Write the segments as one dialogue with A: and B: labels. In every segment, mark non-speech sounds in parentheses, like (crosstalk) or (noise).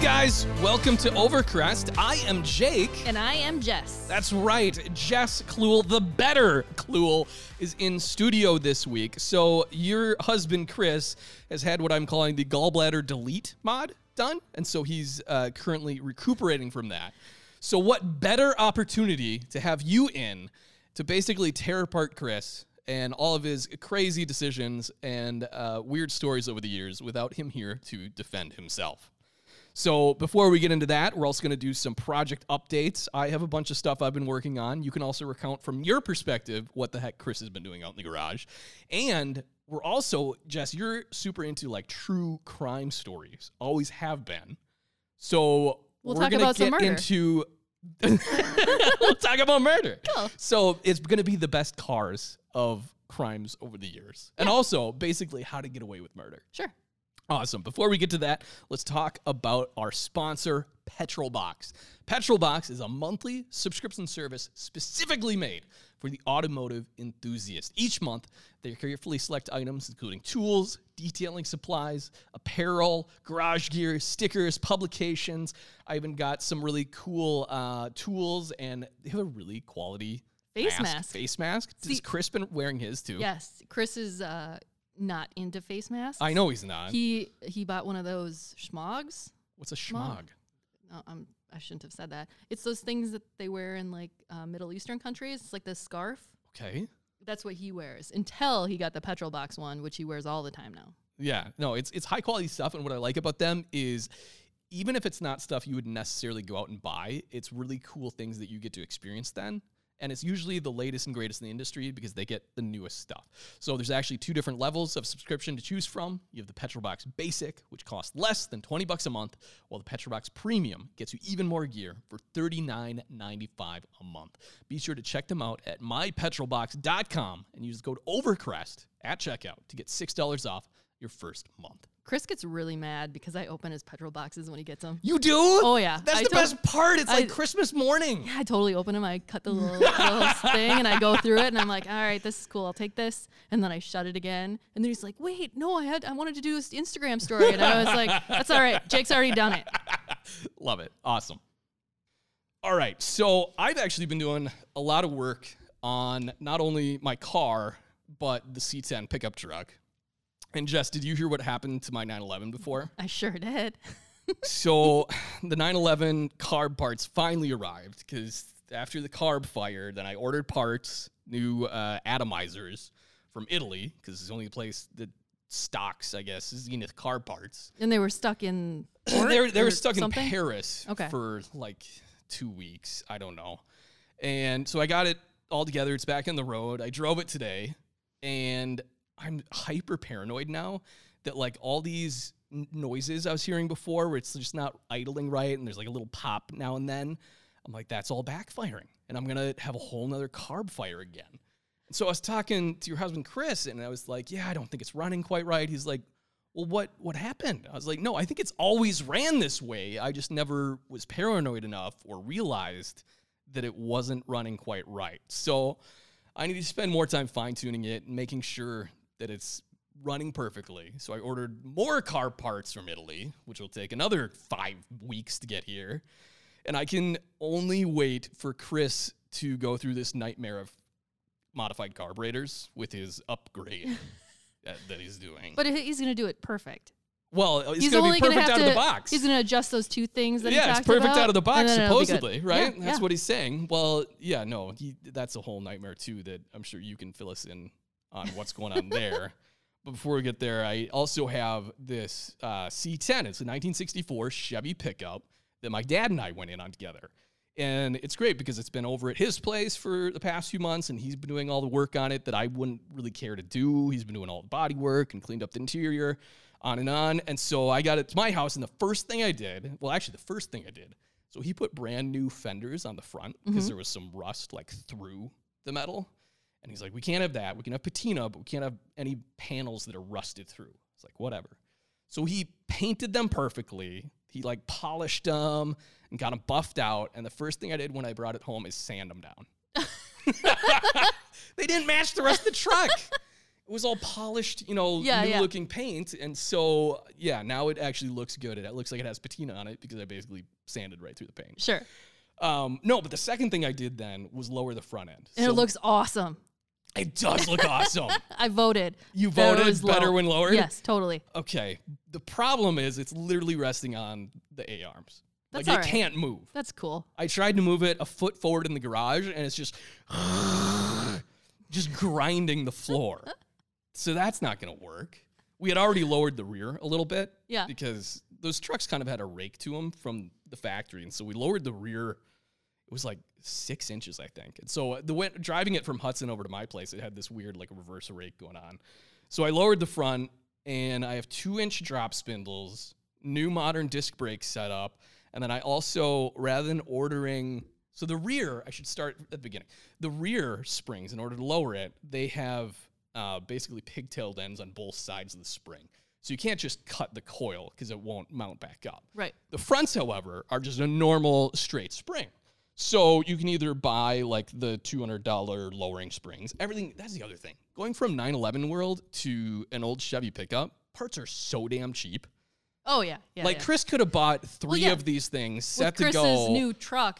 A: guys. Welcome to Overcrest. I am Jake.
B: And I am Jess.
A: That's right. Jess Cluel, the better Cluel, is in studio this week. So your husband, Chris, has had what I'm calling the gallbladder delete mod done. And so he's uh, currently recuperating from that. So, what better opportunity to have you in to basically tear apart Chris and all of his crazy decisions and uh, weird stories over the years without him here to defend himself? So before we get into that, we're also going to do some project updates. I have a bunch of stuff I've been working on. You can also recount from your perspective what the heck Chris has been doing out in the garage. And we're also, Jess, you're super into like true crime stories, always have been. So
B: We'll
A: we're
B: talk
A: gonna
B: about
A: get
B: some murder.
A: into (laughs) we'll talk about murder.
B: Cool.
A: So it's going to be the best cars of crimes over the years, and also basically how to get away with murder.
B: Sure.
A: Awesome. Before we get to that, let's talk about our sponsor, Petrolbox. Petrolbox is a monthly subscription service specifically made for the automotive enthusiast. Each month, they carefully select items including tools, detailing supplies, apparel, garage gear, stickers, publications. I even got some really cool uh, tools, and they have a really quality
B: Face mask.
A: Face mask. Is
B: See-
A: Chris been wearing his too?
B: Yes. Chris is uh, not into face masks.
A: I know he's not.
B: He he bought one of those schmogs.
A: What's a schmog?
B: No, I'm, I shouldn't have said that. It's those things that they wear in like uh, Middle Eastern countries. It's like this scarf.
A: Okay.
B: That's what he wears until he got the petrol box one, which he wears all the time now.
A: Yeah, no, it's it's high quality stuff, and what I like about them is even if it's not stuff you would necessarily go out and buy, it's really cool things that you get to experience then. And it's usually the latest and greatest in the industry because they get the newest stuff. So there's actually two different levels of subscription to choose from. You have the Petrolbox Basic, which costs less than 20 bucks a month, while the Petrolbox Premium gets you even more gear for $39.95 a month. Be sure to check them out at mypetrolbox.com and use the code OVERCREST at checkout to get $6 off your first month.
B: Chris gets really mad because I open his petrol boxes when he gets them.
A: You do?
B: Oh, yeah.
A: That's
B: I
A: the
B: told-
A: best part. It's
B: I-
A: like Christmas morning. (laughs)
B: I totally open them. I cut the little, little thing and I go through it and I'm like, all right, this is cool. I'll take this. And then I shut it again. And then he's like, wait, no, I had, I wanted to do this Instagram story. And I was like, that's all right. Jake's already done it.
A: Love it. Awesome. All right. So I've actually been doing a lot of work on not only my car, but the C10 pickup truck. And Jess, did you hear what happened to my 911 before?
B: I sure did.
A: so (sighs) the 911 carb parts finally arrived because after the carb fire, then I ordered parts, new uh, atomizers from Italy because it's the only place that stocks, I guess, Zenith carb parts.
B: And they were stuck in.
A: (clears throat) they were, they were
B: or
A: stuck
B: something?
A: in Paris
B: Okay.
A: for like two weeks. I don't know. And so I got it all together. It's back on the road. I drove it today and I'm hyper paranoid now that like all these n- noises I was hearing before where it's just not idling right and there's like a little pop now and then. I'm like, that's all backfiring. And I'm going to have a whole nother carb fire again. So I was talking to your husband Chris, and I was like, "Yeah, I don't think it's running quite right." He's like, "Well, what what happened?" I was like, "No, I think it's always ran this way. I just never was paranoid enough or realized that it wasn't running quite right." So I need to spend more time fine tuning it and making sure that it's running perfectly. So I ordered more car parts from Italy, which will take another five weeks to get here. And I can only wait for Chris to go through this nightmare of modified carburetors with his upgrade that, that he's doing.
B: But he- he's going to do it perfect.
A: well, it's
B: he's
A: going to
B: only
A: be
B: gonna
A: perfect
B: have
A: out
B: to,
A: of the box.
B: He's going to adjust those two things that he
A: yeah,
B: talked
A: it's perfect
B: about,
A: out of the box,
B: and then it'll be good.
A: supposedly, right?
B: Yeah,
A: that's
B: yeah.
A: what he's saying. Well, yeah, no, he, that's a whole nightmare too. That I'm sure you can fill us in on what's going on
B: (laughs)
A: there. But before we get there, I also have this uh, C10. It's a 1964 Chevy pickup that my dad and I went in on together. And it's great because it's been over at his place for the past few months, and he's been doing all the work on it that I wouldn't really care to do. He's been doing all the body work and cleaned up the interior, on and on. And so I got it to my house, and the first thing I did well, actually, the first thing I did so he put brand new fenders on the front because
B: Mm-hmm.
A: there was some rust like through the metal. And he's like, we can't have that. We can have patina, but we can't have any panels that are rusted through. It's like, whatever. So he painted them perfectly. He like polished them and got them buffed out. And the first thing I did when I brought it (laughs)
B: (laughs)
A: home is sand them down. they didn't match the rest of the truck. It was all polished, you know,
B: Yeah,
A: new
B: yeah.
A: looking paint. And so, yeah, now it actually looks good. It looks like it has patina on it because I basically sanded right through the paint.
B: Sure.
A: Um, no, but the second thing I did then was lower the front end.
B: And
A: So
B: it looks awesome.
A: It does
B: (laughs)
A: look awesome.
B: I voted.
A: You
B: Better
A: voted
B: is low.
A: better when lowered.
B: Yes, totally.
A: Okay. The problem is it's literally resting on the A arms.
B: That's
A: like
B: all
A: it
B: right.
A: can't move.
B: That's cool.
A: I tried to move it a foot forward in the garage and it's just just grinding the floor. so that's not going to work. We had already lowered the rear a little bit
B: Yeah.
A: because those trucks kind of had a rake to them from the factory and so we lowered the rear it was like 6 inches I think. And so uh, the way, driving it from Hudson over to my place it had this weird like reverse rake going on. So I lowered the front and I have 2-inch drop spindles, new modern disc brake setup, and then I also rather than ordering so the rear, I should start at the beginning. The rear springs, in order to lower it, they have uh, basically pigtailed ends on both sides of the spring. So you can't just cut the coil because it won't mount back up.
B: Right.
A: The fronts, however, are just a normal straight spring. So you can either buy like the $200 lowering springs. Everything, that's the other thing. Going from 911 world to an old Chevy pickup, parts are so damn cheap.
B: Oh yeah. Yeah.
A: like
B: yeah.
A: Chris could have bought three
B: yeah.
A: of these things set
B: with
A: to
B: Chris's
A: go.
B: new truck,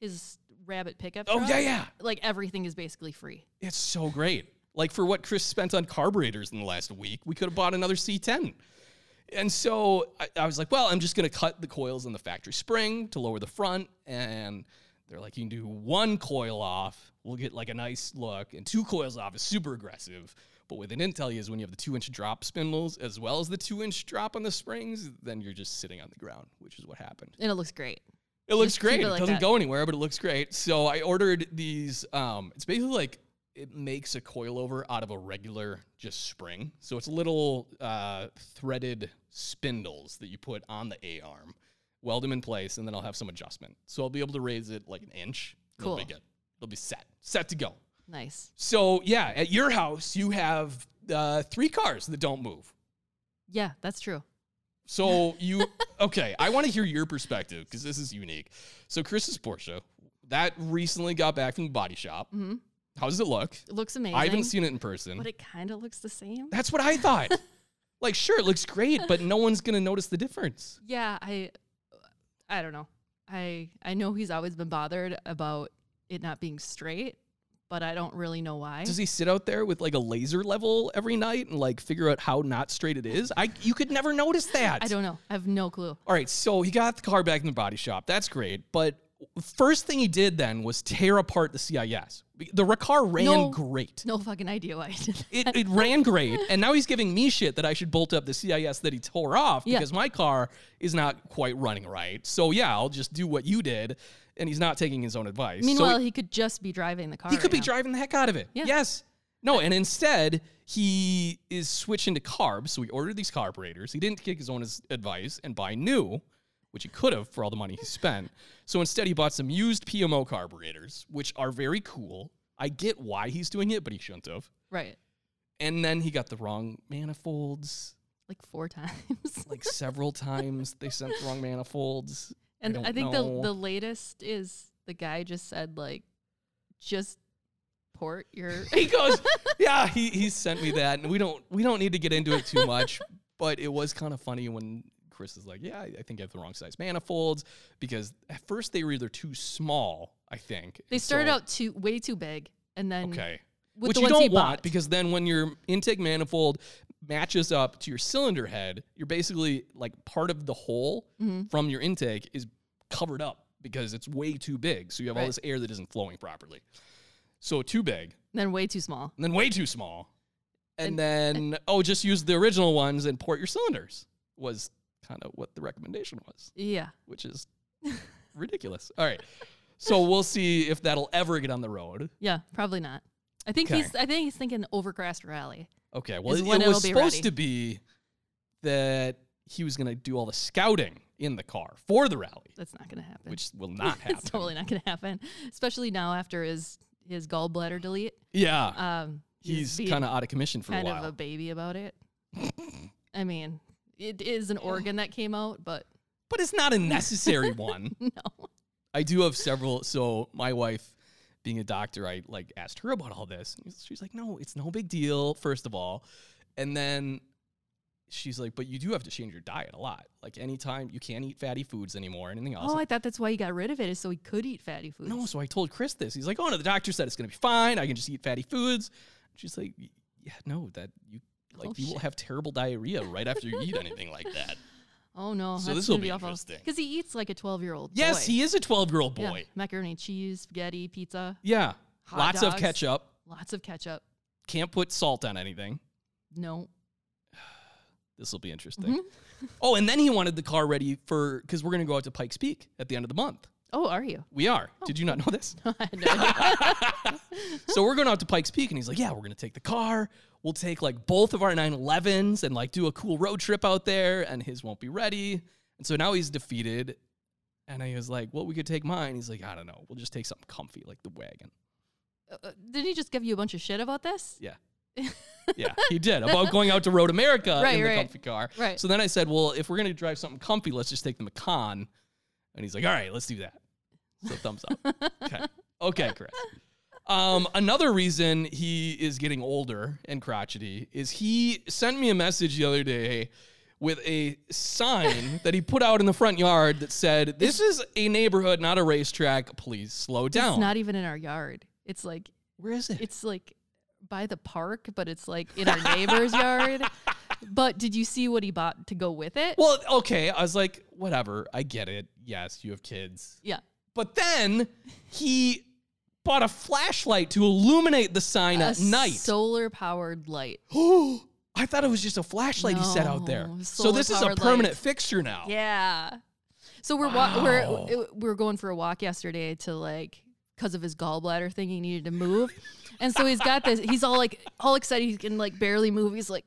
B: his rabbit pickup.
A: oh,
B: truck,
A: yeah, yeah.
B: Like everything is basically free.
A: It's so great. Like for what Chris spent on carburetors in the last week, we could have bought another C10. And so I, I was like, well, I'm just going to cut the coils in the factory spring to lower the front. And they're like, you can do one coil off, we'll get like a nice look. And two coils off is super aggressive. But what they didn't tell you is when you have the two inch drop spindles as well as the two inch drop on the springs, then you're just sitting on the ground, which is what happened.
B: And it looks great.
A: It looks
B: Just keep
A: great.
B: it
A: It,
B: like
A: doesn't
B: that.
A: go anywhere, but it looks great. So I ordered these. Um, it's basically like it makes a coilover out of a regular just spring. So it's little uh, threaded spindles that you put on the A arm, weld them in place, and then I'll have some adjustment. So I'll be able to raise it like an inch. It'll be
B: Cool.
A: good. It'll be set, set to go.
B: Nice.
A: So yeah, at your house you have uh, three cars that don't move.
B: Yeah, that's true.
A: So you okay? I want to hear your perspective because this is unique. So Chris's Porsche that recently got back from the body shop.
B: hmm
A: How does it look?
B: It looks amazing.
A: I haven't seen it in person.
B: But it kind of looks the same.
A: That's what I
B: (laughs)
A: thought. like, sure, it looks great, but no one's gonna notice the difference.
B: Yeah, I, I don't know. I I know he's always been bothered about it not being straight, but I don't really know why.
A: Does he sit out there with like a laser level every night and like figure out how not straight it is? I you could never notice that.
B: I don't know. I have no clue.
A: All right, so he got the car back in the body shop. That's great, but. First thing he did then was tear apart the CIS. The Racar ran
B: No.
A: great.
B: No fucking idea why I did that.
A: it, it ran great, and now he's giving me shit that I should bolt up the CIS that he tore off
B: Yeah.
A: because my car is not quite running right. So yeah, I'll just do what you did, and he's not taking his own advice.
B: Meanwhile,
A: so
B: he could just be driving the car.
A: he, could
B: right
A: be
B: now.
A: driving the heck out of it.
B: Yeah.
A: Yes. No, and instead he is switching to carbs. So he ordered these carburetors. He didn't take his own as- advice and buy new, which he could have for all the money he spent. So instead, he bought some used PMO carburetors, which are very cool. I get why he's doing it, but he shouldn't have.
B: Right.
A: And then he got the wrong manifolds
B: Like four (laughs) times.
A: like several times. They sent the wrong manifolds.
B: And
A: don't
B: I, think
A: know.
B: the the latest is the guy just said like, just port
A: (laughs)
B: your.
A: He goes, yeah, he, he sent me that, and we don't we don't need to get into it too much. But it was kind of funny when Chris is like, yeah, I I think I have the wrong size manifolds because at first they were either too small, I think.
B: they
A: and
B: started
A: so-
B: out too way too big, and then
A: okay,
B: with
A: which
B: the
A: you
B: ones
A: don't
B: he
A: want
B: bought,
A: because then when your intake manifold matches up to your cylinder head, you're basically like part of the hole
B: Mhm.
A: from your intake is covered up because it's way too big. So you have all
B: Right.
A: this air that isn't flowing properly. So too big,
B: then way too small.
A: and then way too small, and,
B: And-
A: then
B: (laughs)
A: oh, just use the original ones and port your cylinders was kind of what the recommendation was,
B: Yeah.
A: which is
B: (laughs)
A: ridiculous. All right, so we'll see if that'll ever get on the road.
B: Yeah, probably not. I think
A: Okay.
B: he's. I think he's thinking Overcrest Rally.
A: Okay, well,
B: is
A: it,
B: when
A: it was
B: it'll be
A: supposed
B: ready.
A: to be that he was going to do all the scouting in the car for the rally,
B: That's not going to happen. (laughs)
A: which will not happen.
B: it's totally not going to happen, especially now after his his gallbladder delete.
A: (laughs) yeah,
B: Um,
A: he's
B: being
A: kind of out of commission for a
B: kind
A: while.
B: of a baby about
A: (laughs)
B: it. I mean, it is an organ that came out, but (laughs)
A: but it's not a necessary one.
B: no.
A: I do have several. So my wife, being a doctor, I like asked her about all this. And she's like, no, it's no big deal, first of all. And then she's like, but you do have to change your diet a lot. Like anytime you can't eat fatty foods anymore, anything else.
B: Oh, I thought that's why you got rid of it, is so he could eat fatty foods.
A: no, so I told Chris this. He's like, oh no, the doctor said it's gonna be fine. I can just eat fatty foods. She's like, "Y- yeah, no, that you like
B: Oh,
A: you will
B: shit.
A: have terrible diarrhea right after you eat anything
B: (laughs)
A: like that.
B: Oh no.
A: So
B: that's
A: this will
B: gonna
A: be
B: awful.
A: interesting.
B: Because he eats like a twelve-year-old.
A: Yes,
B: boy.
A: he is a 12 year old
B: Yeah,
A: boy.
B: macaroni and cheese, spaghetti, pizza,
A: Yeah.
B: Hot
A: Lots of
B: dogs.
A: ketchup.
B: lots of ketchup.
A: Can't put salt on anything.
B: No.
A: This will be interesting.
B: Mm-hmm.
A: (laughs) oh, and then he wanted the car ready for because we're going to go out to Pikes Peak at the end of the month.
B: Oh, are you?
A: We are. Did you not know this?
B: (laughs) I had no (laughs) idea.
A: so we're going out to Pikes Peak, and he's like, "Yeah, we're going to take the car. We'll take like both of our 911s and like do a cool road trip out there." And his won't be ready, and so now he's defeated. And I was like, "Well, we could take mine." He's like, "I don't know. We'll just take something comfy like the wagon."
B: Uh, uh, Didn't he just give you a bunch of shit about this?
A: Yeah. yeah, he did about going out to Road America
B: (laughs) Right,
A: in the
B: right.
A: comfy car.
B: Right.
A: So then I said, "Well, if we're gonna drive something comfy, let's just take the Macan." And he's like, "All right, let's do that." So thumbs
B: (laughs)
A: up. okay, okay, Chris. Um, another reason he is getting older and crotchety is he sent me a message the other day with a
B: (laughs)
A: sign that he put out in the front yard that said, "This is a neighborhood, not a racetrack. Please slow down."
B: It's not even in our yard. It's like
A: Where is it?
B: it's like by the park, but it's like in our
A: (laughs)
B: neighbor's yard. But did you see what he bought to go with it?
A: Well, okay. I was like, whatever. I get it. Yes, you have kids.
B: yeah.
A: But then he bought a flashlight to illuminate the sign at night.
B: solar powered light.
A: (gasps) I thought it was just a flashlight he set out there.
B: No,
A: So this is a
B: solar-powered
A: permanent
B: lights.
A: fixture now.
B: Yeah. So we're wa- we're we are going for a walk yesterday to like because of his gallbladder thing he needed to move, and so he's got this. He's all like all excited. He can like barely move. He's like,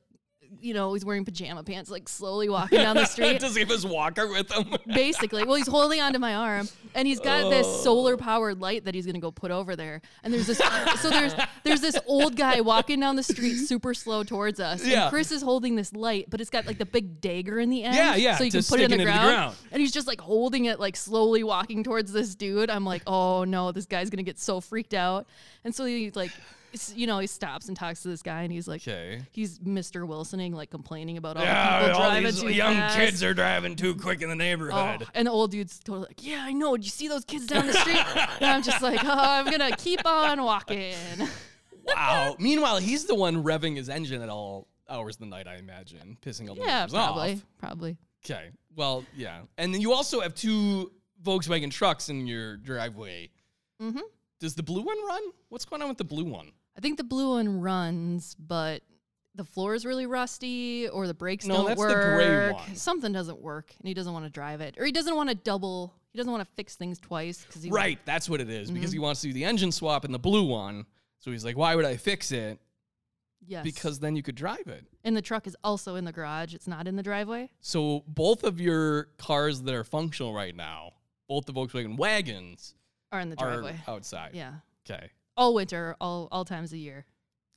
B: you know, he's wearing pajama pants, like slowly walking
A: (laughs)
B: down the street.
A: Does he have his walker with
B: (laughs)
A: him?
B: Basically, well, he's holding onto my arm, and he's got this
A: Oh.
B: solar powered light that he's gonna go put over there. And there's this, so there's there's this old guy walking down the street super slow towards us.
A: Yeah.
B: And Chris is holding this light, but it's got like the big dagger in the end.
A: Yeah, yeah,
B: So you can
A: just
B: put it in the,
A: sticking it in the
B: ground,
A: ground.
B: And he's just like holding it, like slowly walking towards this dude. I'm like, oh no, this guy's gonna get so freaked out. And so he like, s- you know, he stops and talks to this guy, and he's like,
A: Okay.
B: he's Mr. Wilsoning, like complaining about all the
A: (laughs) Yeah,
B: people
A: all
B: driving
A: these
B: too
A: young
B: fast.
A: kids are driving too quick in the
B: Oh,
A: neighborhood.
B: and the old dude's totally like, yeah, I know. Do you see those kids down the street? and I'm just like, oh, I'm gonna keep on walking.
A: (laughs)
B: Oh.
A: Wow. Meanwhile, he's the one revving his engine at all hours of the night, I imagine, pissing all the
B: yeah,
A: neighbors off.
B: probably, probably.
A: Okay. Well, yeah. And then you also have two Volkswagen trucks in your driveway.
B: hmm
A: Does the blue one run? What's going on with the blue one?
B: I think the blue one runs, but the floor is really rusty, or the brakes
A: No,
B: don't
A: that's the
B: work.
A: gray one.
B: Something doesn't work, and he doesn't want to drive it, or he doesn't want to double. He doesn't want to fix things twice because he Mm-hmm.
A: Right. That's what it is, because he wants to do the engine swap in the blue one. So he's like, why would I fix it?
B: Yes,
A: Because then you could drive it.
B: and the truck is also in the garage. It's not in the driveway.
A: So both of your cars that are functional right now, both the Volkswagen wagons
B: Or in the
A: are
B: driveway.
A: outside.
B: yeah,
A: Okay.
B: all winter, all all times of year.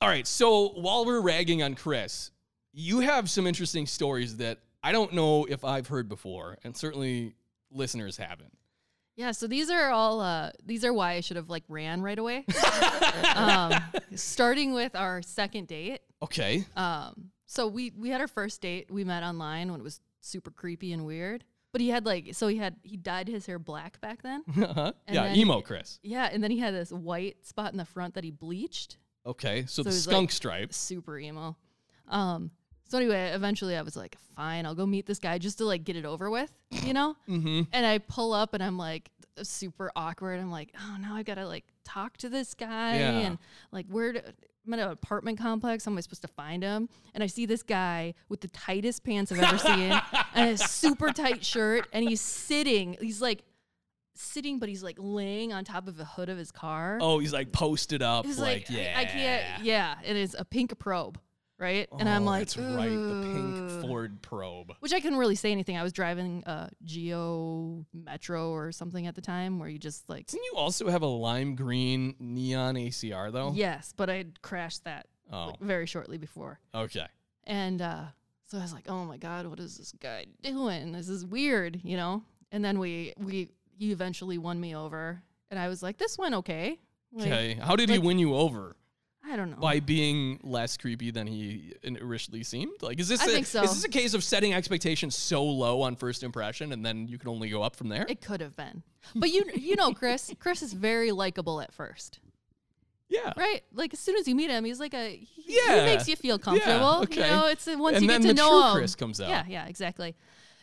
A: All right. So while we're ragging on Chris, you have some interesting stories that I don't know if I've heard before, and certainly listeners haven't.
B: Yeah, so these are all uh, these are why I should have like ran right away. um, starting with our second date.
A: Okay.
B: Um, so we we had our first date. We met online when it was super creepy and weird. But he had like so he had he dyed his hair black back then.
A: (laughs) Uh-huh.
B: And
A: Yeah.
B: then-
A: Emo Chris.
B: yeah, and then he had this white spot in the front that he bleached.
A: Okay. So,
B: So
A: the
B: he's
A: skunk
B: like-
A: stripes.
B: Super emo. Um, so anyway, eventually I was like, fine, I'll go meet this guy just to like get it over with, you know?
A: Mm-hmm.
B: and I pull up and I'm like super awkward. I'm like, oh, now I gotta like talk to this guy
A: Yeah.
B: and like where do, I'm at an apartment complex. How am I supposed to find him? And I see this guy with the tightest pants I've ever
A: (laughs)
B: seen and a super tight shirt, and he's sitting. He's like sitting, but he's like laying on top of the hood of his car.
A: Oh, he's like posted up.
B: He's
A: like,
B: like,
A: yeah.
B: I, I can't. Yeah, and it's a pink probe, right? and I'm
A: Oh,
B: like,
A: that's right. The
B: "Ugh."
A: pink Ford Probe.
B: which I couldn't really say anything. I was driving a Geo Metro or something at the time, where you just like
A: Didn't you also have a lime green neon ACR though?
B: yes, but I had crashed that
A: Oh,
B: like, very shortly before,
A: okay.
B: and uh, so I was like, oh my god, what is this guy doing? This is weird, you know. And then we we you eventually won me over, and I was like, this went okay. Like,
A: Okay. How did he
B: like-
A: win you over?
B: I don't know.
A: By being less creepy than he initially seemed? Like is this
B: I
A: a,
B: think so.
A: is this a case of setting expectations so low on first impression and then you can only go up from there?
B: It could have been. But you you know Chris, (laughs) Chris is very likable at first.
A: yeah.
B: Right? Like as soon as you meet him, he's like a he,
A: Yeah.
B: he makes you feel comfortable.
A: okay.
B: You know, it's uh, once
A: and
B: you
A: then
B: get to
A: the
B: know
A: true
B: him.
A: Chris comes out.
B: Yeah, yeah, exactly.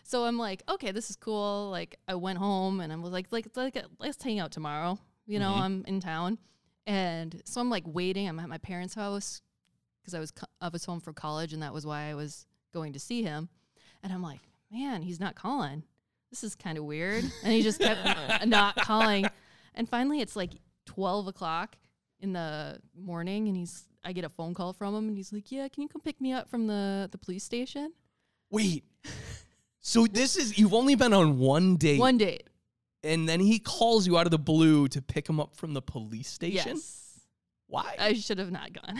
B: So I'm like, okay, this is cool. Like I went home and I was like, like, like let's hang out tomorrow. You know, I'm in town, and so I'm like waiting. I'm at my parents' house because I was co- I was home from college, and that was why I was going to see him. And I'm like, man, he's not calling. This is kind of weird. And he just kept not calling. And finally, it's like 12 o'clock in the morning, and he's I get a phone call from him, and he's like, yeah, can you come pick me up from the the police station? (laughs)
A: Wait. So this is you've only been on one date
B: One date.
A: and then he calls you out of the blue to pick him up from the police station?
B: Yes.
A: Why?
B: I (laughs) should have not gone.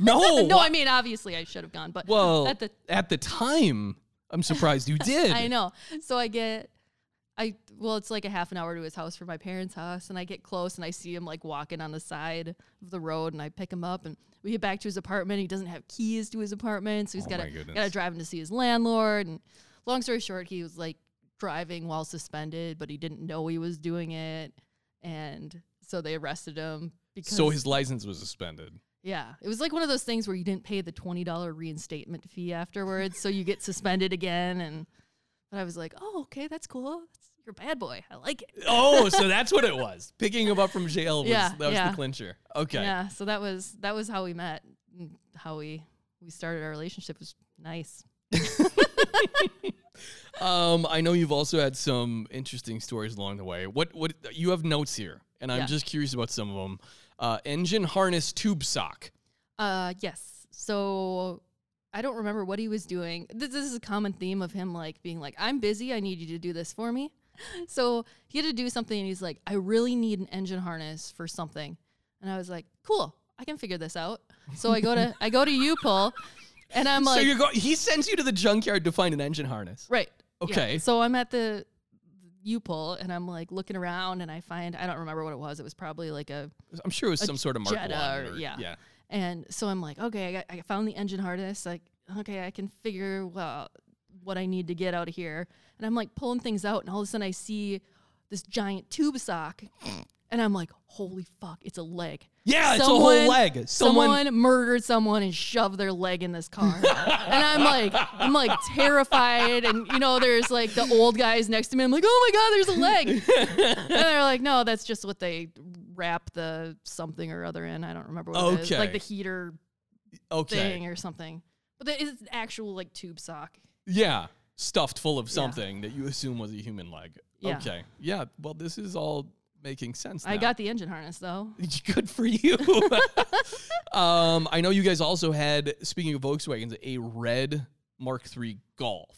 A: no.
B: no, I mean obviously I should have gone, but
A: Oh, well,
B: at the
A: at the time, I'm surprised you did.
B: (laughs) I know. So I get I well, it's like a half an hour to his house from my parents' house, and I get close and I see him like walking on the side of the road, and I pick him up, and we get back to his apartment. He doesn't have keys to his apartment, so he's
A: Oh
B: got
A: my
B: to
A: goodness.
B: got to drive him to see his landlord. And long story short, he was like driving while suspended, but he didn't know he was doing it, and so they arrested him. Because
A: So his license was
B: (laughs)
A: suspended.
B: Yeah, it was like one of those things where you didn't pay the twenty dollar reinstatement fee afterwards, so you get suspended again. And but I was like, oh, okay, that's cool. That's, you're a bad boy. I like it.
A: Oh, so that's what it was. Picking him up from jail was
B: Yeah,
A: that was
B: yeah.
A: the clincher. Okay.
B: Yeah. So that was that was how we met, and how we we started our relationship was nice.
A: Um, I know you've also had some interesting stories along the way. What what you have notes here, and I'm
B: Yeah.
A: just curious about some of them. Uh, engine harness tube sock.
B: Uh, yes. So I don't remember what he was doing. This, this is a common theme of him like being like, I'm busy. I need you to do this for me. (laughs) So he had to do something, and he's like, I really need an engine harness for something. And I was like, Cool, I can figure this out. So I go to I go to U pull, and I'm
A: so
B: like,
A: you go. He sends you to the junkyard to find an engine harness.
B: Right. yeah.
A: Okay.
B: So I'm at the U pull, and I'm like looking around, and I find I don't remember what it was. It was probably like a
A: I'm sure it was
B: A
A: some sort of Mark
B: Jetta
A: One
B: or-
A: or-
B: yeah. And so I'm like, okay, I, got, I found the engine harness. Like, okay, I can figure well what I need to get out of here. And I'm like pulling things out, and all of a sudden I see this giant tube sock, and I'm like, holy fuck, it's a leg.
A: Yeah, it's a whole leg.
B: Someone,
A: Someone,
B: murdered someone and shoved their leg in this car. and I'm like, I'm like terrified. And you know, there's like the old guys next to me. I'm like, oh my god, there's a leg. and they're like, no, that's just what they wrap the something or other in. I don't remember what it is, like
A: Okay.
B: the heater
A: okay.
B: thing or something. But that is actual like tube sock.
A: Yeah. Stuffed full of something that you assume was a human leg.
B: Yeah.
A: Okay. Yeah. Well, this is all making sense.
B: I
A: now.
B: got the engine harness though.
A: (laughs) Good for you. um, I know you guys also had, speaking of Volkswagens, a red Mark III Golf.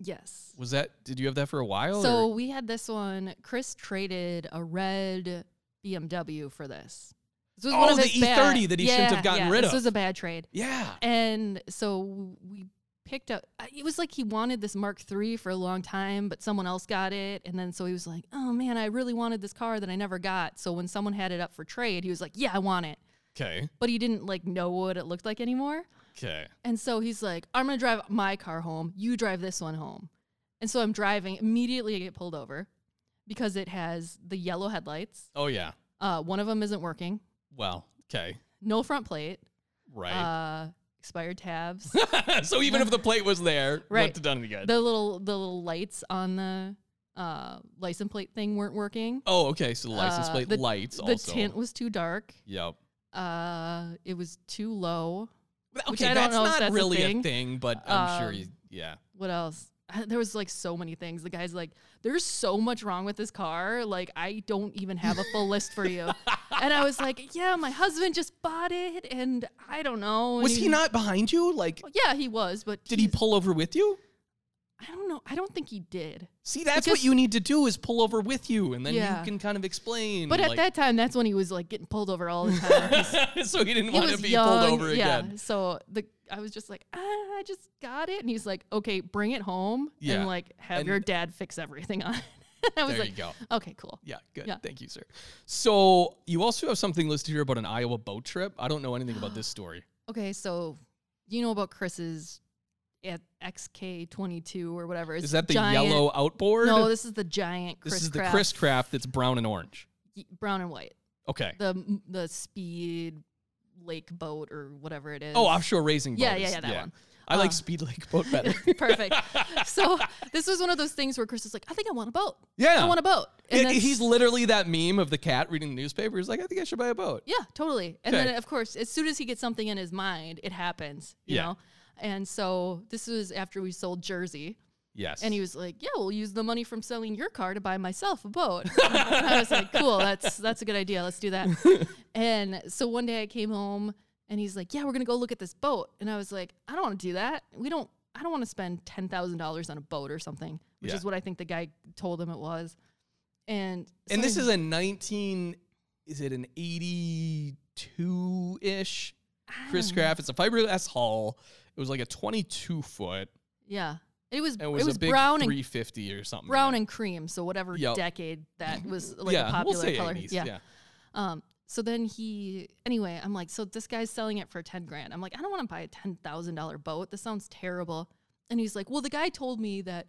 B: Yes.
A: Was that, did you have that for a while?
B: So
A: or-
B: we had this one. Chris traded a red BMW for this. This was
A: Oh,
B: one of
A: the
B: his bad-
A: E30 that he shouldn't have gotten
B: yeah,
A: rid of.
B: This was a bad trade.
A: yeah.
B: And so we picked up. I- It was like he wanted this Mark III for a long time, but someone else got it, and then so he was like, "Oh man, I really wanted this car that I never got." So when someone had it up for trade, he was like, "Yeah, I want it,"
A: Okay.
B: but he didn't like know what it looked like anymore.
A: Okay.
B: And so he's like, I'm going to drive my car home. You drive this one home. And so I'm driving. Immediately, I get pulled over because it has the yellow headlights.
A: Oh, yeah.
B: Uh, one of them isn't working,
A: Well, okay.
B: no front plate,
A: Right.
B: uh, expired tabs.
A: (laughs) so even if the plate was there,
B: Right.
A: wouldn't have done any good.
B: the little the little lights on the uh, license plate thing weren't working.
A: oh, okay. So the license
B: Uh,
A: plate
B: the-
A: lights
B: The
A: also.
B: tint was too dark.
A: Yep.
B: Uh, it it was too low.
A: Okay,
B: Which I don't
A: that's
B: know if
A: not
B: that's a
A: really
B: thing.
A: but I'm sure
B: Um,
A: you, yeah.
B: what else? (laughs) There was like so many things. The guy's like, there's so much wrong with this car. Like, I don't even have a full list
A: (laughs)
B: for you. And I was like, yeah, my husband just bought it. And I don't know. And
A: Was he not behind you? Like,
B: Yeah, he was. But
A: did he
B: Oh, he's-
A: pull over with you?
B: I don't know. I don't think he did.
A: See, that's what
B: Because-
A: you need to do is pull over with you, and then
B: Yeah.
A: you can kind of explain.
B: But
A: like- (laughs)
B: at that time, that's when he was like getting pulled over all the time.
A: so (laughs) he didn't
B: he
A: want to
B: was
A: be
B: young.
A: pulled over
B: yeah.
A: again.
B: So the I was just like, ah, I just got it. And he's like, okay, bring it home
A: Yeah.
B: and like have
A: And-
B: your dad fix everything on it. (laughs) I was
A: There
B: like,
A: you go.
B: okay, cool.
A: Yeah, good.
B: Yeah.
A: Thank you, sir. So you also have something listed here about an Iowa boat trip. I don't know anything about this story.
B: Okay, so you know about Chris's at XK22 or whatever. It's
A: Is that the
B: giant-
A: yellow outboard?
B: No, this is the giant Chris
A: this is the
B: Kraft,
A: Chris Craft that's brown and orange.
B: y- brown and white.
A: Okay.
B: The the speed lake boat or whatever it is.
A: Oh, offshore raising boat.
B: Yeah, yeah,
A: is-
B: yeah, that one.
A: I
B: Uh,
A: like Speed Lake boat
B: (laughs)
A: better. (laughs)
B: Perfect. so this was one of those things where Chris is like, I think I want a boat.
A: yeah.
B: I want a boat.
A: It-
B: that's-
A: he's literally that meme of the cat reading the newspaper. He's like, I think I should buy a boat.
B: Yeah, totally. And
A: Okay.
B: then of course, as soon as he gets something in his mind, it happens, you
A: Yeah.
B: know. And so this was after we sold Jersey,
A: Yes.
B: and he was like, "Yeah, we'll use the money from selling your car to buy myself a
A: (laughs)
B: boat." and I was like, "Cool, that's that's a good idea. Let's do that."
A: (laughs)
B: and so one day I came home, and he's like, "Yeah, we're gonna go look at this boat," and I was like, "I don't want to do that. We don't. I don't want to spend ten thousand dollars on a boat or something," which
A: Yeah.
B: is what I think the guy told him it was. And so
A: and this
B: I-
A: is a 19, is it an 82 ish
B: I
A: Chris
B: don't know.
A: Craft? It's a fiberglass hull. It was like a 22 foot.
B: Yeah. It was,
A: And it was,
B: it was
A: a big
B: brown and
A: 350 or something.
B: brown and cream, so whatever
A: Yep.
B: decade that was like
A: yeah,
B: a popular
A: we'll say
B: color.
A: 80s.
B: Yeah.
A: yeah.
B: Um. So then he, anyway, I'm like, so this guy's selling it for ten grand. I'm like, I don't want to buy a ten thousand dollar boat. This sounds terrible. And he's like, well, the guy told me that,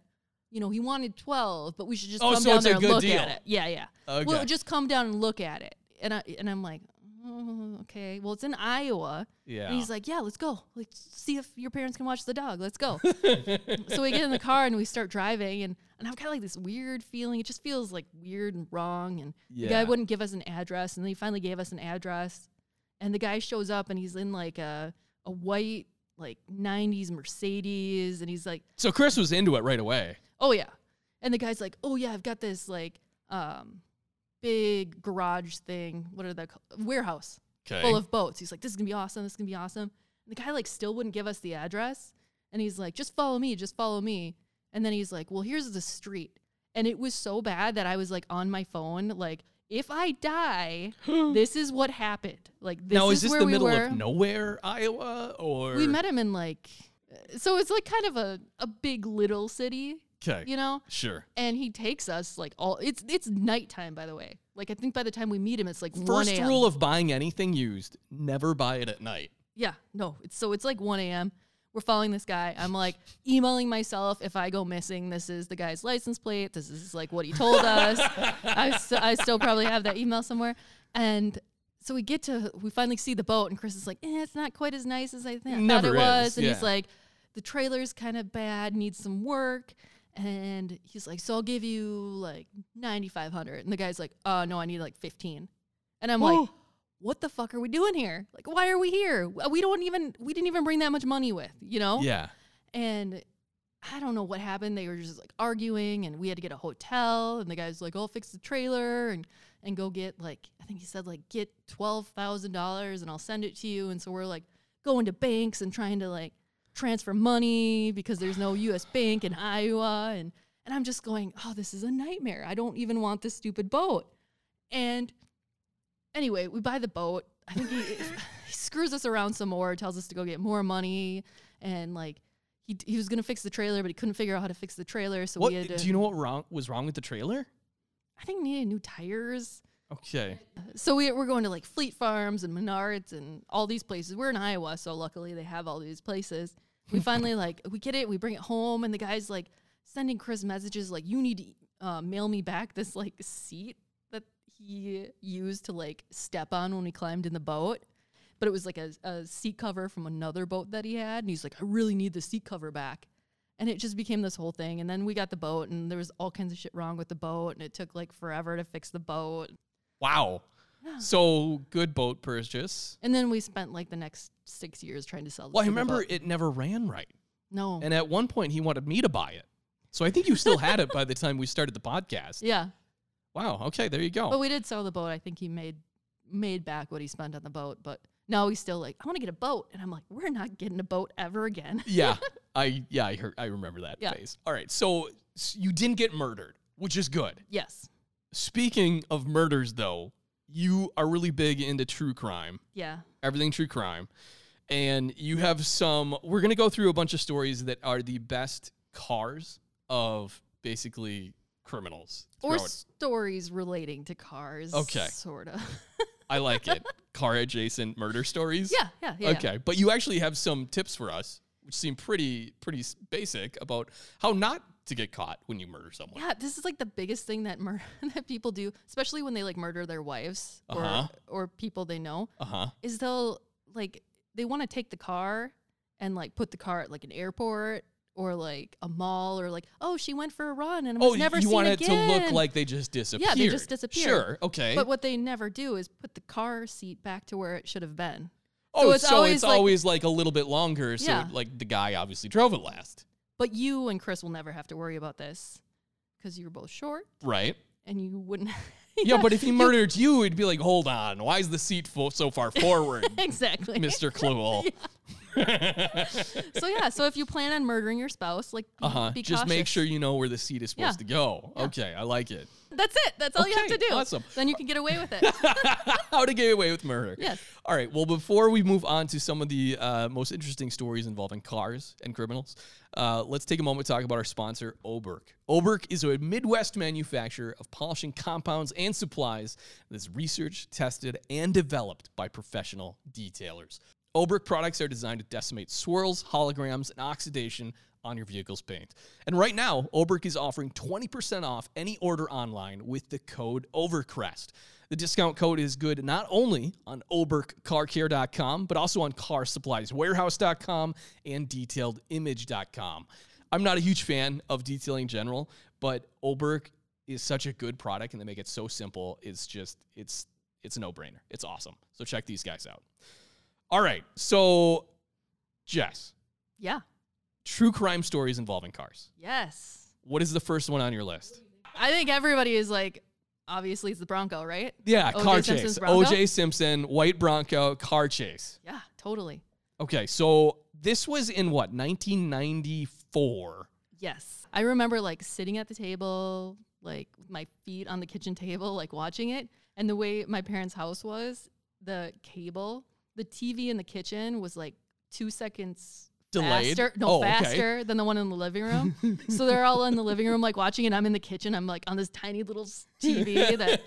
B: you know, he wanted twelve, but we should just
A: Oh,
B: come
A: so
B: down
A: it's a
B: there and
A: good
B: look
A: deal.
B: at it. Yeah, yeah.
A: Okay.
B: Well, just come down and look at it. And I and I'm like, oh, okay. Well, it's in Iowa.
A: yeah.
B: And he's like, "Yeah, let's go. Let's see if your parents can watch the dog. Let's go." so we get in the car and we start driving, and and I've got like this weird feeling. It just feels like weird and wrong. And the
A: Yeah.
B: guy wouldn't give us an address, and then he finally gave us an address. And the guy shows up, and he's in like a a white like '90s Mercedes, and he's like,
A: (laughs) so Chris was into it right away.
B: "Oh yeah," and the guy's like, "Oh yeah, I've got this like um big garage thing. What are they called? Warehouse."
A: Okay.
B: full of boats. He's like, this is gonna be awesome. This is gonna be awesome. And the guy like still wouldn't give us the address, and he's like, just follow me, just follow me. And then he's like, well, here's the street. And it was so bad that I was like on my phone, like, if I
A: (gasps)
B: die, this is what happened. Like this
A: now, is
B: is,
A: this
B: where
A: the
B: we
A: middle
B: were.
A: of nowhere, Iowa? Or.
B: we met him in like, uh, so it's like kind of a a big little city,
A: Okay.
B: you know.
A: Sure.
B: And he takes us like all. It's it's nighttime, by the way. Like I think by the time we meet him, it's like one
A: First
B: a.m.
A: rule of buying anything used never buy it at night.
B: Yeah, no. It's, so it's like 1 a.m. We're following this guy. I'm like emailing myself if I go missing. This is the guy's license plate. This is like what he
A: (laughs)
B: told us. I, s- I still probably have that email somewhere. And so we get to, we finally see the boat, and Chris is like, eh, it's not quite as nice as I th- thought it
A: Never
B: was.
A: is,
B: And
A: yeah.
B: he's like, the trailer's kind of bad, needs some work. And he's like, so I'll give you like 9,500. And the guy's like, oh, no, I need like 15. And I'm like, what the fuck are we doing here? Like, why are we here? We don't even, we didn't even bring that much money with, you know?
A: Yeah.
B: And I don't know what happened. They were just like arguing and we had to get a hotel and the guy's like, oh, I'll fix the trailer and, and go get like, I think he said like, get $12,000 and I'll send it to you. And so we're like going to banks and trying to like transfer money because there's no U.S. bank in Iowa. And, and I'm just going, oh, this is a nightmare. I don't even want this stupid boat. And anyway, we buy the boat. I think
A: (laughs)
B: he, he screws us around some more, tells us to go get more money, and like he d- he was gonna fix the trailer, but he couldn't figure out how to fix the trailer, so
A: What
B: we had to.
A: do you know what wrong was wrong with the trailer?
B: I think needed new tires.
A: Okay.
B: So we, we're going to like Fleet Farms and Menards and all these places. We're in Iowa, so luckily they have all these places. We finally like we get it, we bring it home, and the guy's like sending Chris messages like, "You need to uh, mail me back this like seat that he used to like step on when he climbed in the boat." But it was like a, a seat cover from another boat that he had, and he's like, "I really need the seat cover back." And it just became this whole thing. And then we got the boat, and there was all kinds of shit wrong with the boat, and it took like forever to fix the boat.
A: Wow. So good boat purchase.
B: And then we spent like the next six years trying to sell. this
A: Well, I
B: stupid
A: remember
B: boat.
A: it never ran right.
B: No.
A: And at one point he wanted me to buy it. So I think you still had it by the time we started the podcast.
B: (laughs) yeah, Oh.
A: Wow. Okay, there you
B: but
A: go.
B: we did sell the boat. I think he made made back what he spent on the boat, but now he's still like, I want to get a boat, and I'm like, we're not getting a boat ever again. (laughs)
A: Yeah. I yeah, I heard I remember that
B: Yeah.
A: phase. All right. So s- you didn't get murdered, which is good.
B: yes.
A: Speaking of murders though, you are really big into true crime.
B: Yeah.
A: everything true crime and you have some we're going to go through a bunch of stories that are the best cars of basically criminals.
B: or
A: throughout-
B: stories relating to cars.
A: Okay. (laughs)
B: Sort of.
A: I like it. (laughs) Car adjacent murder stories.
B: (laughs) yeah, yeah, yeah.
A: Okay, but you actually have some tips for us, which seem pretty pretty s- basic about how not to get caught when you murder someone.
B: Yeah, this is like the biggest thing that mur- (laughs) that people do, especially when they like murder their wives
A: Uh-huh.
B: or or people they know,
A: Uh huh.
B: is they'll like they want to take the car and like put the car at like an airport or like a mall or like oh she went for a run and
A: Oh,
B: was never
A: you
B: seen
A: want it
B: again.
A: to look like they just disappeared.
B: Yeah, they just disappeared.
A: Sure. Okay.
B: But what they never do is put the car seat back to where it should have been.
A: oh, so
B: it's
A: it's,
B: always
A: always, like,
B: like-
A: a little bit longer. So
B: Yeah.
A: like the guy obviously drove it last,
B: But you and Chris will never have to worry about this because you're both short
A: right?
B: and you wouldn't. (laughs)
A: (laughs) Yeah, but if he murdered you, it'd be like, hold on, why is the seat fo- so
B: (laughs)
A: far forward, (laughs)
B: exactly.
A: Mister Cluel?
B: so yeah, so if you plan on murdering your spouse, like be,
A: Uh huh.
B: be
A: Just make
B: cautious.
A: sure you know where the seat is supposed to
B: Yeah.
A: go. Okay, I like it. (laughs)
B: That's it. That's all you have to
A: Okay,
B: do.
A: awesome.
B: Then you can get away
A: (laughs)
B: with it.
A: How to get away with murder.
B: Yes.
A: All right. Well, before we move on to some of the uh, most interesting stories involving cars and criminals, uh, let's take a moment to talk about our sponsor, Oberk. Oberk is a Midwest manufacturer of polishing compounds and supplies that's researched, tested, and developed by professional detailers. Oberk products are designed to decimate swirls, holograms, and oxidation on your vehicle's paint. And right now, Oberk is offering 20% off any order online with the code OVERCREST. The discount code is good not only on oberkcarcare.com, but also on carsupplieswarehouse.com and detailedimage.com. I'm not a huge fan of detailing in general, but Oberk is such a good product and they make it so simple. It's just it's it's a no-brainer. It's awesome. So check these guys out. All right. So Jess,
B: yeah.
A: true crime stories involving cars.
B: Yes.
A: What is the first one on your list?
B: I think everybody is like, obviously it's the Bronco, right?
A: Yeah,
B: O.J.
A: car
B: Simpson's
A: chase.
B: Bronco?
A: OJ Simpson, white Bronco, car chase.
B: Yeah, totally.
A: Okay, so this was in what, 1994?
B: Yes. I remember like sitting at the table, like with my feet on the kitchen table, like watching it. And the way my parents' house was, the cable, the TV in the kitchen was like two seconds
A: Delayed?
B: faster. No,
A: Oh, okay.
B: faster than the one in the living
A: (laughs)
B: room. so they're all in the living room, like watching, and I'm in the kitchen. I'm like on this tiny
A: (laughs)
B: little s- TV that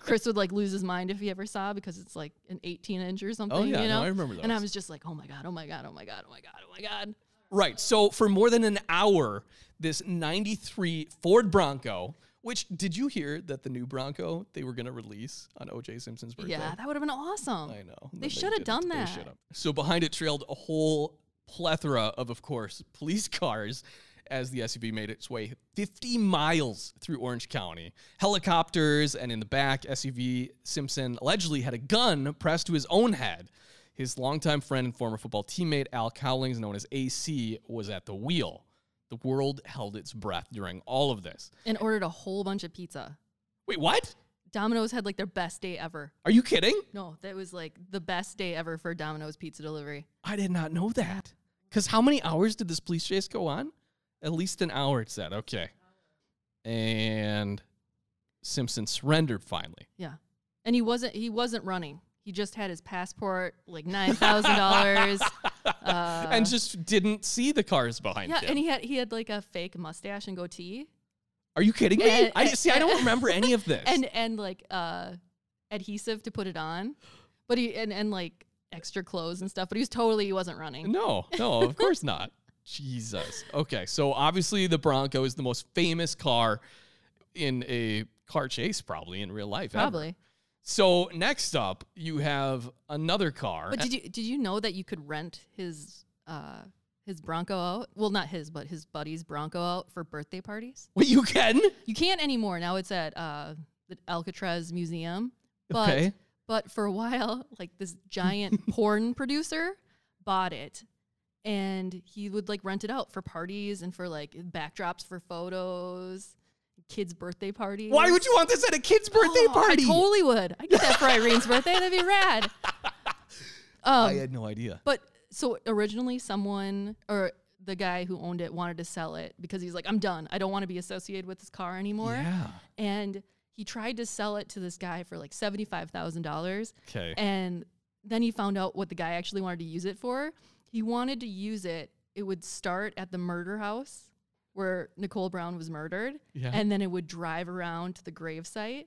B: Chris would like lose his mind if he ever saw because it's like an 18 inch or something.
A: Oh, yeah,
B: you know?
A: no, I remember
B: And I
A: those.
B: was just like, oh my God, oh my God, oh my God, oh my God, oh my God.
A: Right. So for more than an hour, this 93 Ford Bronco, which did you hear that the new Bronco they were going to release on OJ Simpson's birthday?
B: Yeah, that would have been awesome.
A: I know.
B: They
A: Then
B: should have
A: didn't.
B: done
A: They
B: that.
A: should have. So behind it trailed a whole plethora of, of course, police cars as the SUV made its way 50 miles through Orange County. Helicopters and in the back, SUV Simpson allegedly had a gun pressed to his own head. His longtime friend and former football teammate Al Cowlings, known as AC, was at the wheel. The world held its breath during all of this.
B: and ordered a whole bunch of pizza.
A: Wait, what?
B: Domino's had like their best day ever.
A: Are you kidding?
B: No, that was like the best day ever for Domino's pizza delivery.
A: I did not know that. Because how many hours did this police chase go on? At least an hour, it said. Okay. And Simpson surrendered finally.
B: Yeah. And he wasn't he wasn't running. He just had his passport, like nine thousand dollars.
A: (laughs) and just didn't see the cars behind
B: Uh, Yeah,
A: him.
B: and he had he had like a fake mustache and goatee.
A: Are you kidding me?
B: and-
A: I see. I
B: and-
A: don't remember any of this.
B: (laughs) And and like uh adhesive to put it on. But he and, and like extra clothes and stuff, but he was totally he wasn't running.
A: no, no, of course not. Jesus. Okay, so obviously the Bronco is the most famous car in a car chase, probably in real life. ever.
B: Probably.
A: So next up, you have another car.
B: But did you did you know that you could rent his uh his Bronco out? Well, not his, but his buddy's Bronco out for birthday parties.
A: Wait, you can?
B: You can't anymore. Now it's at uh the Alcatraz Museum. But
A: Okay.
B: but for a while, like this
A: (laughs)
B: giant porn producer bought it and he would like rent it out for parties and for like backdrops for photos, kids' birthday parties.
A: Why would you want this at a kid's birthday
B: Oh,
A: party?
B: I totally would. I get that for Irene's birthday. That'd be rad.
A: (laughs)
B: Um,
A: I had no idea.
B: But so originally, someone or the guy who owned it wanted to sell it because he's like, I'm done. I don't want to be associated with this car anymore.
A: Yeah.
B: And he tried to sell it to this guy for like $75,000.
A: Okay.
B: And then he found out what the guy actually wanted to use it for. He wanted to use it, it would start at the murder house where Nicole Brown was murdered,
A: Yeah.
B: and then it would drive around to the gravesite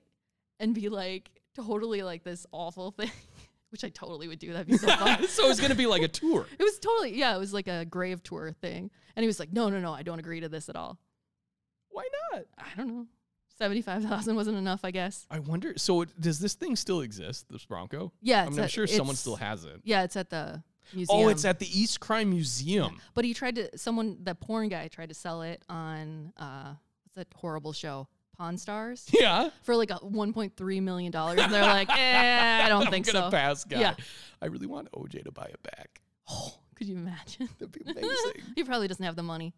B: and be like totally like this awful thing, (laughs) which I totally would do.
A: (laughs)
B: That'd be so fun.
A: so it's gonna be like a tour.
B: It was totally yeah, it was like a grave tour thing. And he was like, No, no, no, I don't agree to this at all.
A: (laughs) Why not?
B: I don't know. Seventy five thousand (laughs) wasn't enough, I guess.
A: I wonder. So it, does this thing still exist? This Bronco?
B: Yeah,
A: I
B: it's
A: mean, I'm
B: at-
A: sure someone
B: it's-
A: still has it.
B: Yeah, it's at the museum.
A: Oh, it's at the East Crime
B: (laughs)
A: Museum.
B: But he tried to someone the porn guy tried to sell it on uh what's that horrible show? Pawn Stars
A: Yeah.
B: for like a one point three
A: (laughs)
B: million dollars. And they're like, eh, I don't
A: I'm
B: think
A: gonna
B: so.
A: pass, guy.
B: Yeah.
A: I really want OJ to buy it back.
B: Oh, (laughs) could you imagine?
A: That'd
B: (laughs)
A: be amazing.
B: he probably doesn't have
A: (laughs)
B: the money.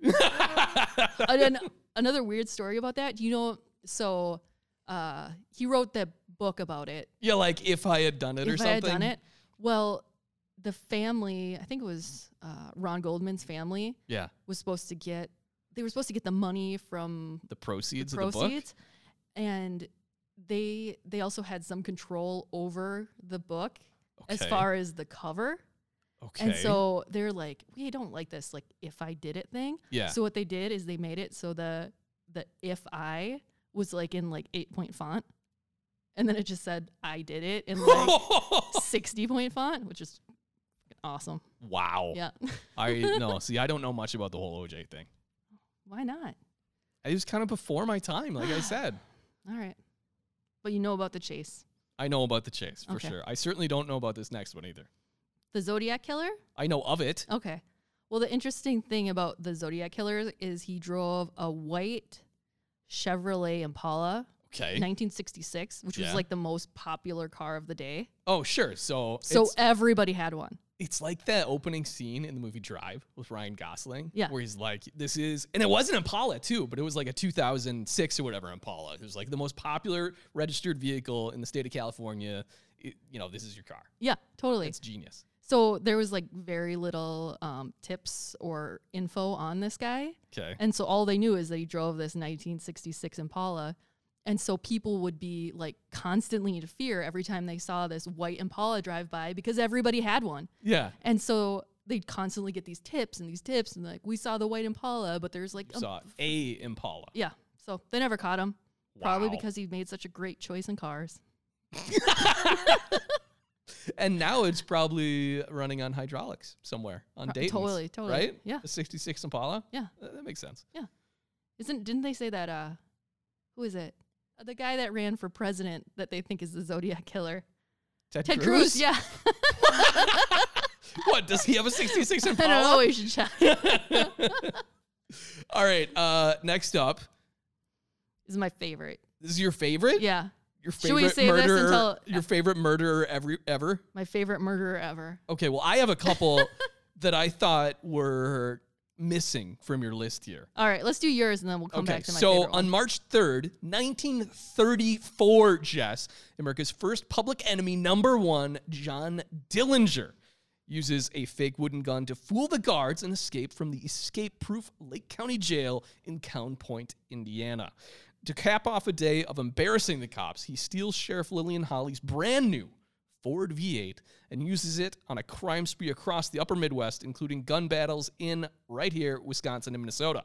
B: and then another weird story about that. You know, so uh, he wrote the book about it.
A: yeah, like if I had done it or
B: if I
A: something.
B: had done it, well, the family, I think it was uh, Ron Goldman's family,
A: Yeah,
B: was supposed to get. They were supposed to get the money from
A: the proceeds of the book.
B: proceeds, and they they also had some control over the book as
A: Okay.
B: far as the cover.
A: Okay.
B: And so they're like, we don't like this like if I did it thing.
A: Yeah.
B: So what they did is they made it so the the if I was like in like eight point font, and then it just said I did it in
A: (laughs)
B: like sixty point font, which is fucking awesome.
A: wow.
B: Yeah. (laughs)
A: I no. See, I don't know much about the whole OJ thing.
B: Why not?
A: It was kind of before my time, like
B: (sighs)
A: I said.
B: All right. But you know about the chase,
A: I know about the chase for
B: Okay.
A: sure. I certainly don't know about this next one either.
B: the Zodiac killer.
A: I know of it.
B: Okay. Well, the interesting thing about the Zodiac killer is he drove a white Chevrolet Impala.
A: Okay.
B: 1966, which
A: Yeah.
B: was like the most popular car of the day.
A: Oh, sure. So,
B: So
A: it's,
B: everybody had one.
A: it's like that opening scene in the movie Drive with Ryan Gosling,
B: Yeah.
A: where he's like, "This is," and it was an Impala too, but it was like a 2006 or whatever Impala. It was like the most popular registered vehicle in the state of California. It- you know, this is your car.
B: Yeah, totally.
A: It's genius.
B: So there was like very little um, tips or info on this guy.
A: Okay.
B: And so all they knew is that he drove this 1966 Impala. And so people would be like constantly in fear every time they saw this white Impala drive by because everybody had one.
A: Yeah.
B: And so they'd constantly get these tips and these tips and like, we saw the white Impala, but there's like, a-
A: Saw a Impala.
B: yeah. So they never caught him. Probably
A: Wow.
B: because he made such a great choice in cars.
A: And now it's probably running on hydraulics somewhere on
B: Pro-
A: Dayton's.
B: totally, totally.
A: Right?
B: Yeah.
A: A 66 Impala? Uh,
B: Yeah.
A: That, that makes sense.
B: Isn't didn't they say that uh who is it? Uh, The guy that ran for president that they think is the Zodiac killer. Ted Cruz, yeah.
A: (laughs)
B: (laughs)
A: What? Does he have a 66
B: (laughs) I don't know,
A: Impala?
B: we
A: (laughs)
B: should check.
A: All right. Uh, next up.
B: This is my favorite.
A: This is your favorite?
B: Yeah.
A: Your
B: Should we
A: favorite
B: save this
A: murderer.
B: until-
A: your favorite murderer every, ever?
B: My favorite murderer ever.
A: Okay. Well, I have a
B: (laughs)
A: couple that I thought were missing from your list here.
B: All right, let's do yours and then we'll come
A: Okay,
B: back to my
A: so
B: favorite
A: on
B: one.
A: March 3rd, 1934, Jess, America's first public enemy, number one, John Dillinger, uses a fake wooden gun to fool the guards and escape from the escape proof Lake County Jail in Crown Point, Indiana. To cap off a day of embarrassing the cops, he steals Sheriff Lillian Holly's brand new Ford V8 and uses it on a crime spree across the upper Midwest, including gun battles in right here, Wisconsin and Minnesota.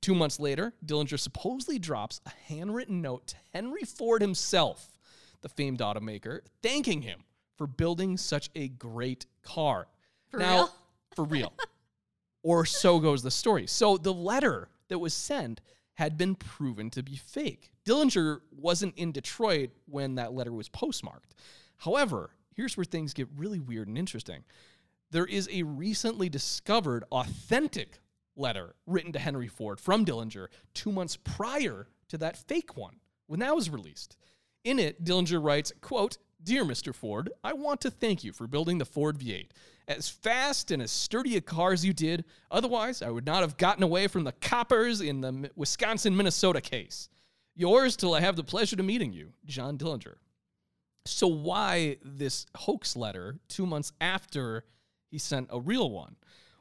A: Two months later, Dillinger supposedly drops a handwritten note to Henry Ford himself, the famed automaker, thanking him for building such a great car.
B: For real?
A: for real. or so goes the story. So the letter that was sent had been proven to be fake. Dillinger wasn't in Detroit when that letter was postmarked. However, here's where things get really weird and interesting. There is a recently discovered authentic letter written to Henry Ford from Dillinger two months prior to that fake one when that was released. In it, Dillinger writes, quote, Dear Mr. Ford, I want to thank you for building the Ford V8. As fast and as sturdy a car as you did, otherwise I would not have gotten away from the coppers in the Mi- Wisconsin-Minnesota case. Yours till I have the pleasure to meeting you, John Dillinger. So why this hoax letter two months after he sent a real one?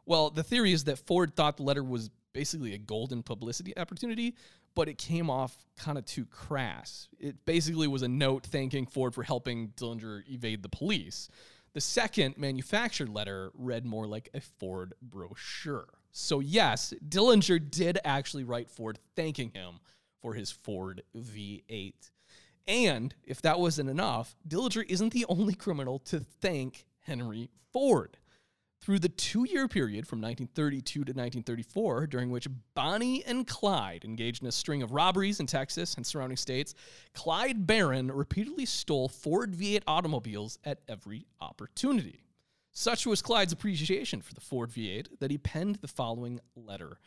A: Well, the theory is that Ford thought the letter was basically a golden publicity opportunity, but it came off kind of too crass. It basically was a note thanking Ford for helping Dillinger evade the police. The second manufactured letter read more like a Ford brochure. So, yes, Dillinger did actually write Ford thanking him for his Ford V8. And if that wasn't enough, Dillinger isn't the only criminal to thank Henry Ford. Through the two year period from 1932 to 1934, during which Bonnie and Clyde engaged in a string of robberies in Texas and surrounding states, Clyde Barron repeatedly stole Ford V8 automobiles at every opportunity. Such was Clyde's appreciation for the Ford V8 that he penned the following letter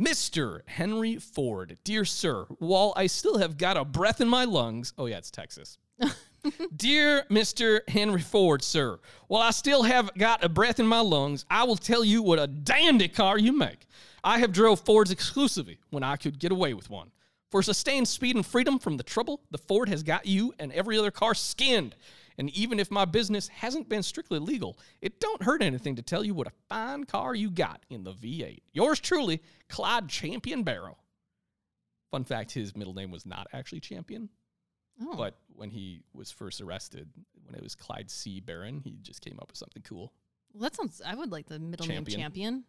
A: Mr. Henry Ford, dear sir, while I still have got a breath in my lungs, oh, yeah, it's Texas. Dear Mr. Henry Ford, sir, while I still have got a breath in my lungs, I will tell you what a dandy car you make. I have drove Fords exclusively when I could get away with one. For sustained speed and freedom from the trouble, the Ford has got you and every other car skinned. And even if my business hasn't been strictly legal, it don't hurt anything to tell you what a fine car you got in the V8. Yours truly, Clyde Champion Barrow. Fun fact his middle name was not actually Champion.
B: Oh.
A: But when he was first arrested, when it was Clyde C. Barron, he just came up with something cool.
B: Well, that sounds. I would like the middle
A: Champion.
B: name champion.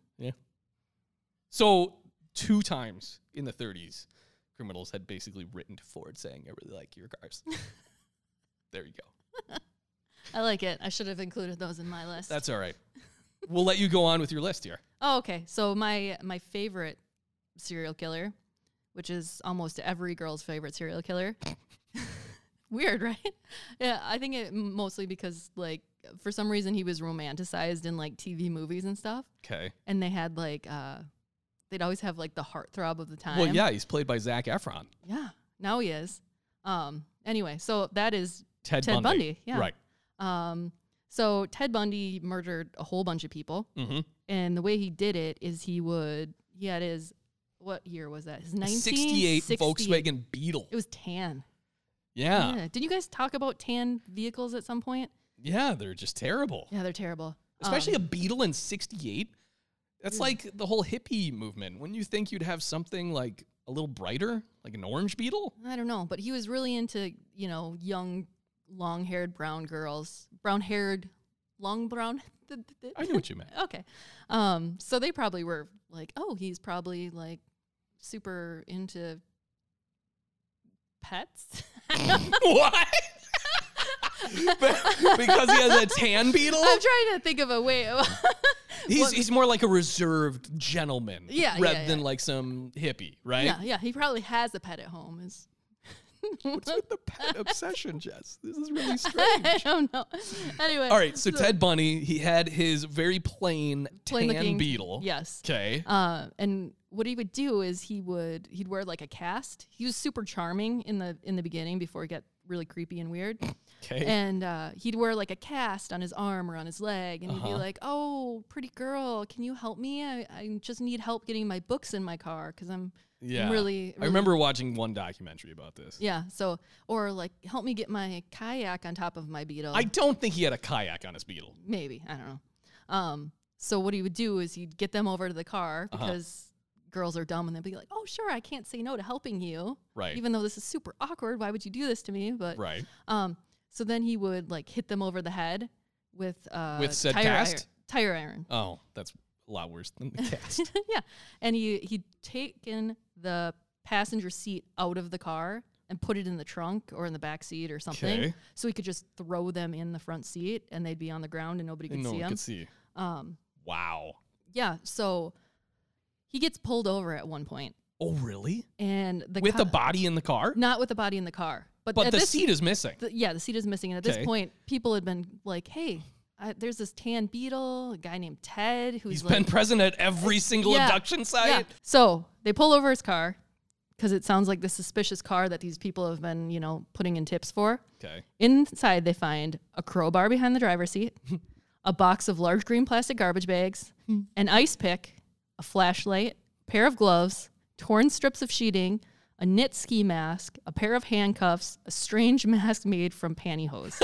A: So two times in the 30s, criminals had basically written to Ford saying, "I really like your
B: (laughs)
A: cars." there you go.
B: I like it. I should have included those in my list.
A: That's all right. We'll let you go on with your list here.
B: oh, okay. So my my favorite serial killer, which is almost every girl's favorite serial killer. (laughs) Weird, right? Yeah, I think it mostly because like for some reason he was romanticized in like TV movies and stuff,
A: Okay.
B: and they had like uh, they'd always have like the heartthrob of the time.
A: Well, yeah, he's played by Zach Efron.
B: yeah. Now he is. Um. Anyway, so that is
A: Ted, Bundy.
B: Ted Bundy, yeah.
A: Right.
B: Um, so Ted Bundy murdered a whole bunch of people,
A: Mm-hmm.
B: and the way he did it is he would he had his what year was that? His
A: 68
B: 1968
A: Volkswagen Beetle.
B: It was tan.
A: Yeah. yeah.
B: Yeah. Did you guys talk about tan vehicles at some point?
A: they're just terrible.
B: Yeah, they're terrible.
A: Especially
B: Um, Hmm.
A: a Beetle in 68. That's
B: Yeah.
A: like the whole hippie movement. When you think you'd have something like a little brighter, like an orange Beetle?
B: I don't know, but he was really into you know young, long-haired brown girls, brown-haired, long brown. (laughs)
A: I knew what you meant.
B: Okay. Um, so they probably were like, oh, he's probably like super into pets. (laughs)
A: what? (laughs) because he has a tan beetle?
B: I'm trying to think of a way.
A: He's,
B: Well-
A: he's more like a reserved gentleman
B: Yeah, yeah,
A: rather than
B: yeah.
A: like some hippie, right?
B: yeah, yeah. He probably has a pet at home. Is (laughs)
A: What's with the pet obsession, Jess? This is really strange.
B: (laughs) I don't know. Anyway.
A: All right, so Ted Bunny, he had his very plain
B: (laughs) Plain
A: tan
B: looking-
A: beetle.
B: Yes.
A: Okay.
B: Uh, and what he would do is he would he'd wear like a cast. He was super charming in the in the beginning before he got really creepy and weird.
A: (laughs) Okay.
B: and uh, he'd wear like a cast on his arm or on his leg, and he'd be
A: Uh-huh.
B: like, "Oh, pretty girl, can you help me? I, I just need help getting my books in my car because I'm
A: yeah.
B: really,
A: I
B: really-
A: remember watching one documentary about this.
B: yeah." So or like, help me get my kayak on top of my beetle.
A: I don't think he had a kayak on his beetle.
B: Maybe I don't know. Um, so what he would do is he'd get them over to the car
A: Uh-huh.
B: because girls are dumb, and they'd be like, "Oh, sure, I can't say no to helping you,
A: Right.
B: even though this is super awkward. Why would you do this to me?" But
A: right.
B: Um, so then he would like hit them over the head with uh,
A: With said
B: tire
A: cast?
B: iron. Tire iron. (laughs)
A: Oh, that's a lot worse than the cast.
B: yeah, and he he'd taken the passenger seat out of the car and put it in the trunk or in the back seat or something,
A: Okay.
B: so he could just throw them in the front seat and they'd be on the ground and nobody could
A: no
B: see
A: one
B: them.
A: could see.
B: Um,
A: Wow.
B: yeah, so he gets pulled over at one point,
A: Oh, really?
B: and the
A: With
B: co-
A: the body in the car?
B: not with the body in the car, but,
A: But
B: at
A: the
B: this
A: seat is missing.
B: the, yeah, the seat is missing. And at
A: Okay.
B: this point, people had been like, hey, I, there's this tan beetle, a guy named Ted, who's
A: He's
B: like,
A: been present at every single
B: Yeah,
A: abduction site.
B: yeah. So they pull over his car because it sounds like the suspicious car that these people have been, you know, putting in tips for.
A: Okay.
B: Inside, they find a crowbar behind the
A: (laughs)
B: driver's seat, a box of large green plastic garbage bags,
A: Hmm.
B: an ice pick, a flashlight, pair of gloves, torn strips of sheeting, a knit ski mask, a pair of handcuffs, a strange (laughs) mask made from
A: (laughs)
B: pantyhose.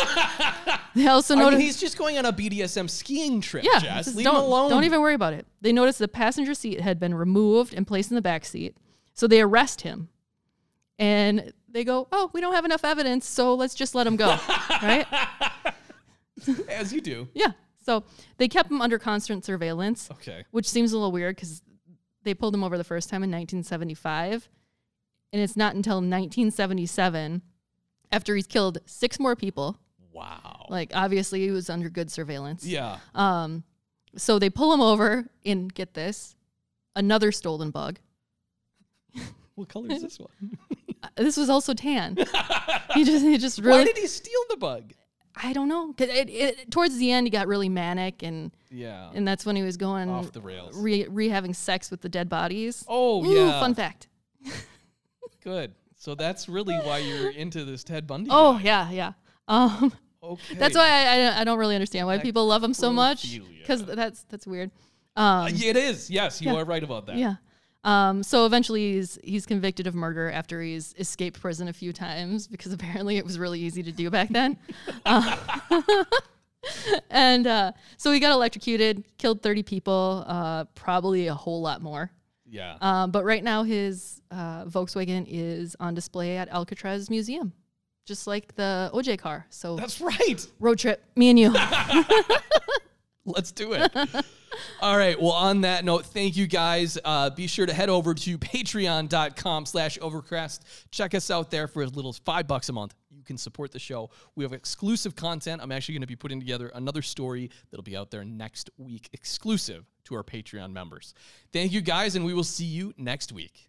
B: they also
A: I
B: notice.
A: mean, he's just going on a BDSM skiing trip,
B: yeah,
A: Jess.
B: just
A: Leave
B: don't,
A: him alone.
B: don't even worry about it. They notice the passenger seat had been removed and placed in the back seat, so they arrest him, and they go, "Oh, we don't have enough evidence, so let's just let
A: (laughs)
B: him go." right?
A: As you do.
B: Yeah. So they kept him under constant surveillance,
A: Okay.
B: which seems a little weird because they pulled him over the first time in 1975. And it's not until 1977, after he's killed six more people.
A: Wow.
B: Like, obviously, he was under good surveillance.
A: yeah.
B: Um, so they pull him over and get this another stolen bug.
A: What color is this one?
B: Uh, This was
A: (laughs)
B: also tan. he just, he just
A: Why
B: really,
A: did he steal the bug?
B: I don't know. 'Cause it, it, towards the end, he got really manic, and
A: Yeah.
B: and that's when he was going
A: Off the rails.
B: re, re having sex with the dead bodies.
A: oh
B: Ooh,
A: yeah.
B: fun fact.
A: Good. So that's really why you're into this Ted Bundy.
B: Oh
A: guy.
B: yeah, yeah. Um, (laughs)
A: Okay.
B: that's why I, I I don't really understand why people love him so much
A: Necrophilia.
B: because that's that's weird. Um,
A: Uh, yeah, it is. Yes, you are right about that.
B: yeah. Um, so eventually he's he's convicted of murder after he's escaped prison a few times because (laughs) apparently it was really easy to do back (laughs) then. Uh, and uh, so he got electrocuted, killed 30 people, uh, probably a whole lot more.
A: Yeah.
B: Um, but right now, his uh, Volkswagen is on display at Alcatraz Museum, just like the OJ car. So
A: That's right.
B: road trip, me and you.
A: Let's do
B: (laughs)
A: it. All right. Well, on that note, thank you guys. Uh, be sure to head over to patreon.com slash overcrest. Check us out there for as little as five bucks a month. You can support the show. We have exclusive content. I'm actually going to be putting together another story that'll be out there next week, exclusive to our Patreon members. Thank you guys, and we will see you next week.